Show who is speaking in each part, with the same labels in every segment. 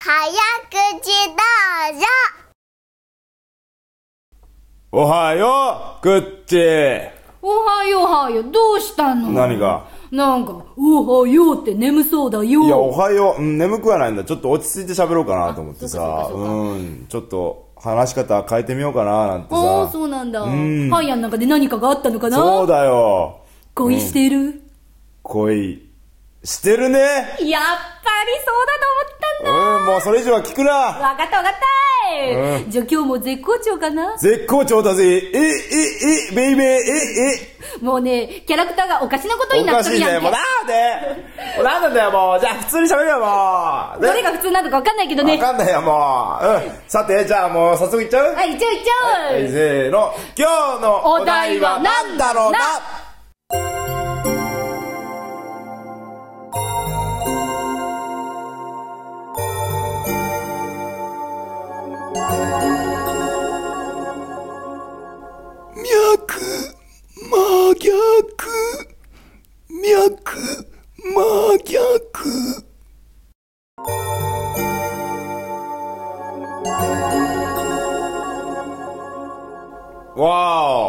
Speaker 1: 早口道場
Speaker 2: おはよう、グッチ
Speaker 3: おはようおはようどうしたの
Speaker 2: 何が
Speaker 3: なんか「おはよう」って眠そうだ
Speaker 2: いや、お
Speaker 3: よ
Speaker 2: はよう、うん眠くはないんだ。ちょっと落ち着いて喋ろうかなと思って
Speaker 3: あ
Speaker 2: さ、
Speaker 3: そうかそうか
Speaker 2: うん、ちょっと話し方変えてみようかななんて
Speaker 3: ああ
Speaker 2: さ。
Speaker 3: そうなんだ
Speaker 2: ん
Speaker 3: パン屋の中で何かがあったのかな
Speaker 2: そうだよ。
Speaker 3: 恋してる、
Speaker 2: 恋、してるね。
Speaker 3: やっぱりそうだと
Speaker 2: うん、もうそれ以上は聞くな。
Speaker 3: 思ったんだわかったわかったい、じゃあ今日も絶好調かな
Speaker 2: 絶好調だぜ。え、え、え、ベイベー、え、
Speaker 3: もうねキャラクターがおかしなこと
Speaker 2: え。
Speaker 3: に
Speaker 2: お
Speaker 3: な
Speaker 2: か
Speaker 3: っと
Speaker 2: し
Speaker 3: る
Speaker 2: い
Speaker 3: や
Speaker 2: ね。
Speaker 3: ん
Speaker 2: もうな
Speaker 3: け
Speaker 2: んでもうなんなんだよ、もう。じゃあ、普通に喋れよ、もう。
Speaker 3: どれが普通なのかわかんないけど
Speaker 2: わ
Speaker 3: ね
Speaker 2: かんないよ、もう。うん。さて、じゃあもう早速いっちゃう
Speaker 3: はい行っちゃう行っちゃう、
Speaker 2: はい、せーの。今日のお題は何だろうな脈、真逆。脈、真逆。わーお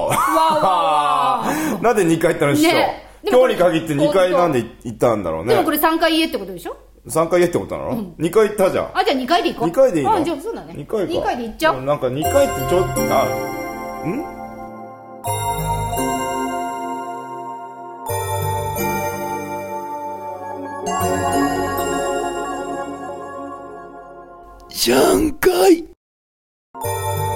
Speaker 3: わーわ
Speaker 2: なんで2回行ったの師匠、
Speaker 3: ねでも
Speaker 2: 今日に限って2回なんで行ったんだろう
Speaker 3: でもこ
Speaker 2: ね
Speaker 3: れ3回言えってことでしょ
Speaker 2: 3回言えってことなの、2回行ったじゃん
Speaker 3: あじゃあ2回でいこう
Speaker 2: 2回でいいの
Speaker 3: あじゃあそうだね
Speaker 2: 2回か
Speaker 3: 二回でいっちゃ
Speaker 2: も
Speaker 3: う
Speaker 2: なんか2回ってちょっとあ
Speaker 4: じゃんかい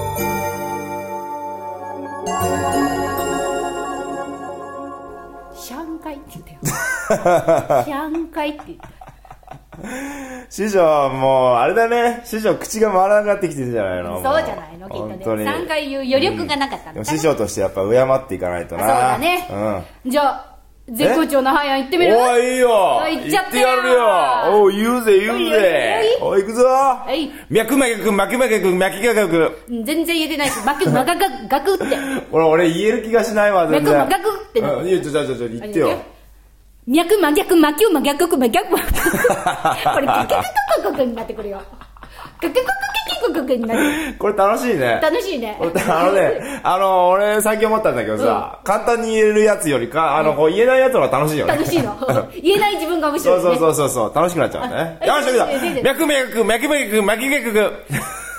Speaker 3: シャンカイって言ったよシャンカイって言った
Speaker 2: 師匠もうあれだね師匠口が回らなくなってきてるんじゃないの
Speaker 3: そうじゃないのきっとね3回言う余力がなかった
Speaker 2: で
Speaker 3: の
Speaker 2: も
Speaker 3: か
Speaker 2: 師
Speaker 3: な
Speaker 2: 匠としてやっぱ敬っていかないとな
Speaker 3: そうだね
Speaker 2: うん
Speaker 3: じゃあ絶好調のハイアン行ってみる
Speaker 2: おいいいよ
Speaker 3: おい行っちゃってよ
Speaker 2: 行ってやるよおう言うぜ言うぜおい行くぞ
Speaker 3: い
Speaker 2: 脈脈くん脈脈くん脈脈くん
Speaker 3: うん全然言えてないしバクバカガガクって
Speaker 2: 俺俺言える気がしないわ全然
Speaker 3: 脈脈って
Speaker 2: うんいやちょちょちょちょ言ってよ
Speaker 3: 脈真逆魔球真逆真逆真逆これカクカクカクカクになってくるよカクカクカクカクカクになる
Speaker 2: これ楽しいね
Speaker 3: 楽しいね
Speaker 2: 俺あのね、あの、俺最近思ったんだけどさ、簡単に言えるやつよりか、あの、こう言えないやつの方が楽しいよね。
Speaker 3: 楽 しいの言えない自分が面白い
Speaker 2: そ
Speaker 3: ね
Speaker 2: うそうそうそうそう、楽しくなっちゃう ね。
Speaker 3: あ
Speaker 2: よし、
Speaker 3: えええええ
Speaker 2: 行
Speaker 3: え
Speaker 2: くぞ脈々くん、脈々くん、脈々く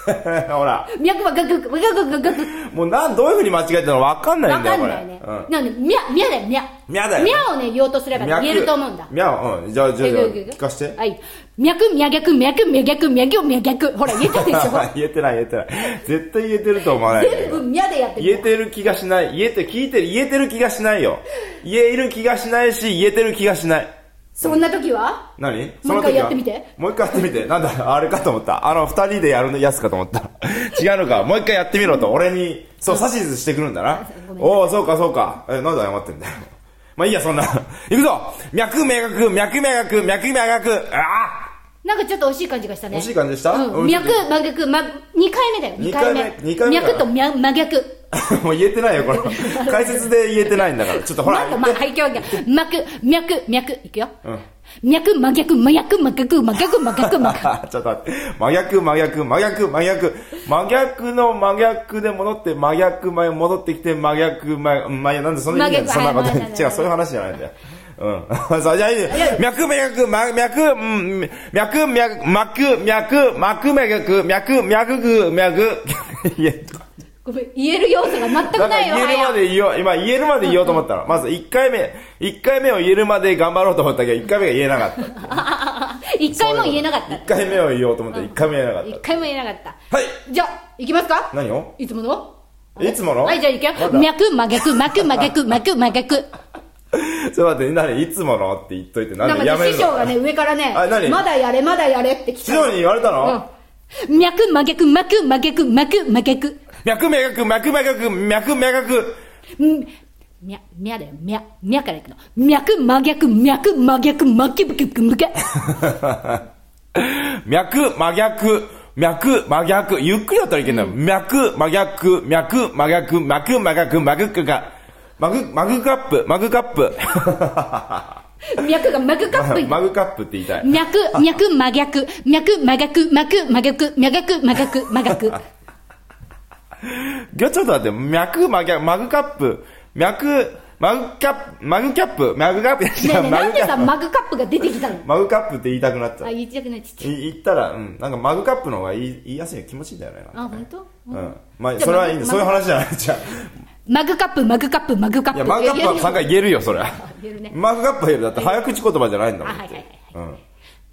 Speaker 2: ん。ほら、
Speaker 3: 脈はガクガクガクガクガク
Speaker 2: もうなん、どういう風に間違えたのかわかんない
Speaker 3: わ
Speaker 2: んだ
Speaker 3: か
Speaker 2: よ、
Speaker 3: ん
Speaker 2: これ。
Speaker 3: ないね、なんでミャミャだよミャ
Speaker 2: ミャだよ
Speaker 3: ミャをね言おうとすれば
Speaker 2: うん。
Speaker 3: ね言えると思うんだ
Speaker 2: みゃん、うん。じゃあ、じゃあ、じゃあ聞かして。
Speaker 3: はい。脈、脈、脈、脈、脈、脈。ほら、言えたでしょ
Speaker 2: 言えてない、言えてない。絶対言えてると思わないんだけ
Speaker 3: 全
Speaker 2: ど。
Speaker 3: 部ミャでやって
Speaker 2: 言え
Speaker 3: る。
Speaker 2: てる気がしない。言えて、聞いてる、言えてる気がしないよ。言える気がしないし、言えてる気がしない。
Speaker 3: そんな時は
Speaker 2: 何
Speaker 3: もう一回やってみて。
Speaker 2: その時はもう一回やってみて。なんだ、あれかと思った。あの、二人でやるやつかと思った。違うのか。もう一回やってみろと、俺に、そう、指図してくるんだな
Speaker 3: ご。めんなさい
Speaker 2: おお、そうか、そうか。え、なんで謝ってんだよ。まあいいや、そんな。 行くぞ脈明学、脈明学、脈明学。あ
Speaker 3: なんかちょっと惜しい感じがした
Speaker 2: あ
Speaker 3: ね。
Speaker 2: 惜しい感じでした
Speaker 3: うん。
Speaker 2: 俺ちょっ
Speaker 3: 脈、
Speaker 2: と
Speaker 3: 真逆、ま、2回目だよ、
Speaker 2: 二
Speaker 3: 2
Speaker 2: 回
Speaker 3: 回
Speaker 2: 目
Speaker 3: 目。
Speaker 2: 二回目かな
Speaker 3: 脈と脈真逆。
Speaker 2: もう言えてないよ、 これ。解説で言えてないんだから。ちょっとほら
Speaker 3: なん。か、まあ、はい、今日は、脈、脈、脈。いくよ。
Speaker 2: うん
Speaker 3: 脈、真逆、真逆、真逆、真逆、真逆、真 逆。
Speaker 2: ちょっと待って。真逆、真逆、真逆、真逆。真逆の真逆で戻って、真逆、前戻ってきて、真逆、前、うんまあ、いやなんでそんな意味なんでそん
Speaker 3: 真
Speaker 2: な
Speaker 3: 逆
Speaker 2: こと
Speaker 3: はい
Speaker 2: 違、
Speaker 3: はいう
Speaker 2: そういう話じゃないんだよ。うん。 さあ、じゃあいいよ。脈、脈、脈、脈、うん脈、脈、脈、脈、脈、脈、脈、脈、脈、脈。 いや
Speaker 3: ごめん、言える要素が全く
Speaker 2: だか
Speaker 3: ないよ、
Speaker 2: ら言えるま で言おう。今言えるまで言おうと思ったの。まず1回目、1回目を言えるまで頑張ろうと思ったけど、1回目が言えなかった。
Speaker 3: 1回も言えなかった。
Speaker 2: 1回目を言おうと思ったら1回目言えなかっ
Speaker 3: 一回も言えなかった。
Speaker 2: た。はい。
Speaker 3: じゃあ、行きますか
Speaker 2: 何を
Speaker 3: いつもの
Speaker 2: いつもの
Speaker 3: はい、じゃあ行く
Speaker 2: ま
Speaker 3: よ。
Speaker 2: だ
Speaker 3: 脈、真逆、脈、真逆、脈、真逆。
Speaker 2: ちょっと待って、なに、いつものって言っといて、な
Speaker 3: なん
Speaker 2: ん
Speaker 3: か
Speaker 2: でやめ
Speaker 3: ね、
Speaker 2: る
Speaker 3: 師
Speaker 2: の
Speaker 3: 匠がね、上からね
Speaker 2: あ何、
Speaker 3: まだやれ、まだやれって来
Speaker 2: 師
Speaker 3: た。
Speaker 2: 匠に言われたの、
Speaker 3: うん。脈、真逆、脈、真逆、脈、真逆。
Speaker 2: 脈明確、脈明確、脈明確。
Speaker 3: うん。みゃ、みゃだよ、みゃ、みゃから行くの。脈、真逆、脈、真逆、真逆、真逆、真逆。
Speaker 2: 脈、真逆、脈、真逆。ゆっくりだったらいけんだよ。脈、真逆、脈、真逆、脈、真逆、マグカ、マグ、マグカップ、マグカップ。
Speaker 3: 脈がマグカップに。
Speaker 2: マグカップって言いたい。
Speaker 3: 脈、脈、真逆。脈、真逆、脈、真逆、真逆、真逆、真逆。
Speaker 2: ぎょちょっと待って、脈、マギャマグカップ、脈、マグキャップ、マグキャップ、マグカップ、
Speaker 3: ねえねえ、なんで
Speaker 2: マグカ
Speaker 3: さ、
Speaker 2: ップ
Speaker 3: マグカップが出てきたの
Speaker 2: マグカップって言いたくなっちゃ
Speaker 3: あ、
Speaker 2: う。い
Speaker 3: 言いたくないちっちゃい。
Speaker 2: 言ったら、うん、なんかマグカップの方が言い言いやすいよ気持ちいいんだよね。
Speaker 3: あ、本当？
Speaker 2: 当うん。まあ、
Speaker 3: じゃあ
Speaker 2: それはいいんだ。
Speaker 3: マグ
Speaker 2: そういう話じゃない。じゃあ
Speaker 3: マグカップ、マグカップ、マグカッ
Speaker 2: い
Speaker 3: プ。
Speaker 2: や、マグカップは3回言えるよ、それ。
Speaker 3: 言えるね
Speaker 2: マグカップは言える。だって早口言葉じゃないんだ
Speaker 3: あ、
Speaker 2: もん。
Speaker 3: はいはいはい。
Speaker 2: うん。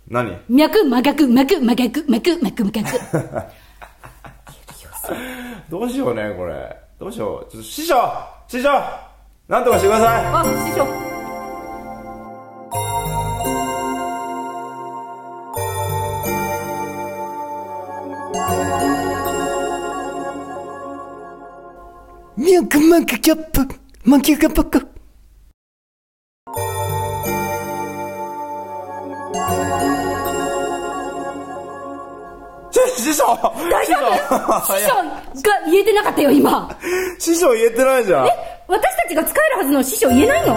Speaker 2: 何
Speaker 3: 脈、真逆、脈、真逆、脈、真逆、 真逆。
Speaker 2: どうしようね、これ。どうしよう。ちょっと師匠師匠なんとかしてください
Speaker 3: あ、師匠。
Speaker 4: 脈々キャップ、巻きがばか。
Speaker 2: 師匠師
Speaker 3: 師
Speaker 2: 匠
Speaker 3: 匠が言えてなかったよ、今。
Speaker 2: 師匠言えてないじゃん。
Speaker 3: 私たちが使えるはずの師匠言えないの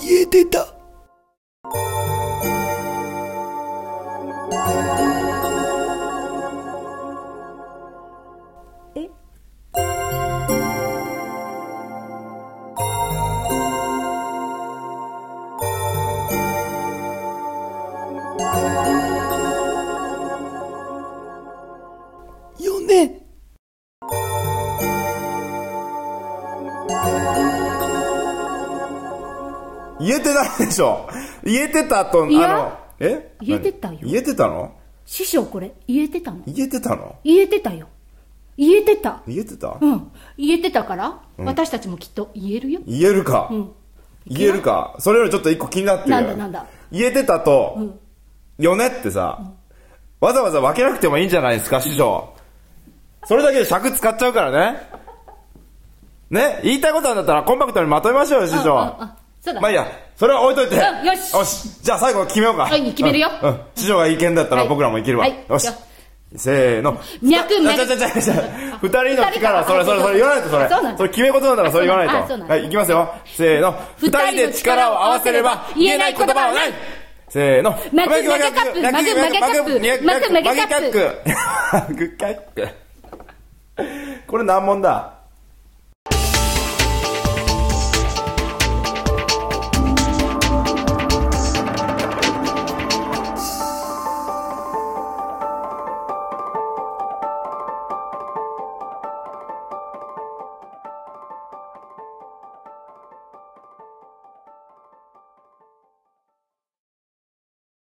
Speaker 4: 家出た。よね。
Speaker 2: 言えてないでしょ言えてたと、あ
Speaker 3: いや
Speaker 2: の、え
Speaker 3: 言えてたよ
Speaker 2: 何言えてたの
Speaker 3: 師匠これ、言えてたの
Speaker 2: 言えてたの
Speaker 3: 言えてたよ。言えてた。
Speaker 2: 言えてた、
Speaker 3: うん。言えてたから、私たちもきっと言えるよ。
Speaker 2: 言えるか、言えるかそれよりちょっと一個気になってる
Speaker 3: なんだなんだ
Speaker 2: 言えてたと、よねってさ、わざわざ分けなくてもいいんじゃないですか師匠それだけで尺使っちゃうからねね言いたいことなんだったらコンパクトにまとめましょうよ師匠
Speaker 3: あああそうだね
Speaker 2: まあいいやそれは置いといて、
Speaker 3: うんよし
Speaker 2: じゃあ最後決めようか
Speaker 3: はい決めるよ
Speaker 2: うんうん師匠がいい見だったら
Speaker 3: はい
Speaker 2: 僕らもいけるわ、
Speaker 3: はい
Speaker 2: よし
Speaker 3: よ
Speaker 2: せーの
Speaker 3: 脈、
Speaker 2: あちゃ
Speaker 3: 脈
Speaker 2: ちゃ。ちゃ ちゃ二人の力、それそれそれ言わないとそれ。
Speaker 3: そうなんだ
Speaker 2: それ決め事なんだからそれ言わな
Speaker 3: あ
Speaker 2: い
Speaker 3: そう
Speaker 2: と。
Speaker 3: なんだ
Speaker 2: はい、いきますよ。せーの。二
Speaker 3: 二
Speaker 2: 人
Speaker 3: 人
Speaker 2: で
Speaker 3: で
Speaker 2: 力
Speaker 3: 力
Speaker 2: を
Speaker 3: を
Speaker 2: 合
Speaker 3: 合
Speaker 2: わ
Speaker 3: わ
Speaker 2: せ
Speaker 3: せ
Speaker 2: れ
Speaker 3: れ
Speaker 2: ば
Speaker 3: ば
Speaker 2: 言
Speaker 3: 言
Speaker 2: え
Speaker 3: え
Speaker 2: な
Speaker 3: ないい
Speaker 2: 言
Speaker 3: 言
Speaker 2: 葉は
Speaker 3: 葉は
Speaker 2: な
Speaker 3: ないい
Speaker 2: せーの。
Speaker 3: マグマグカップ
Speaker 2: マグマグカップ
Speaker 3: マグマグカップ
Speaker 2: マグマグカップマグカップこれ難問だ。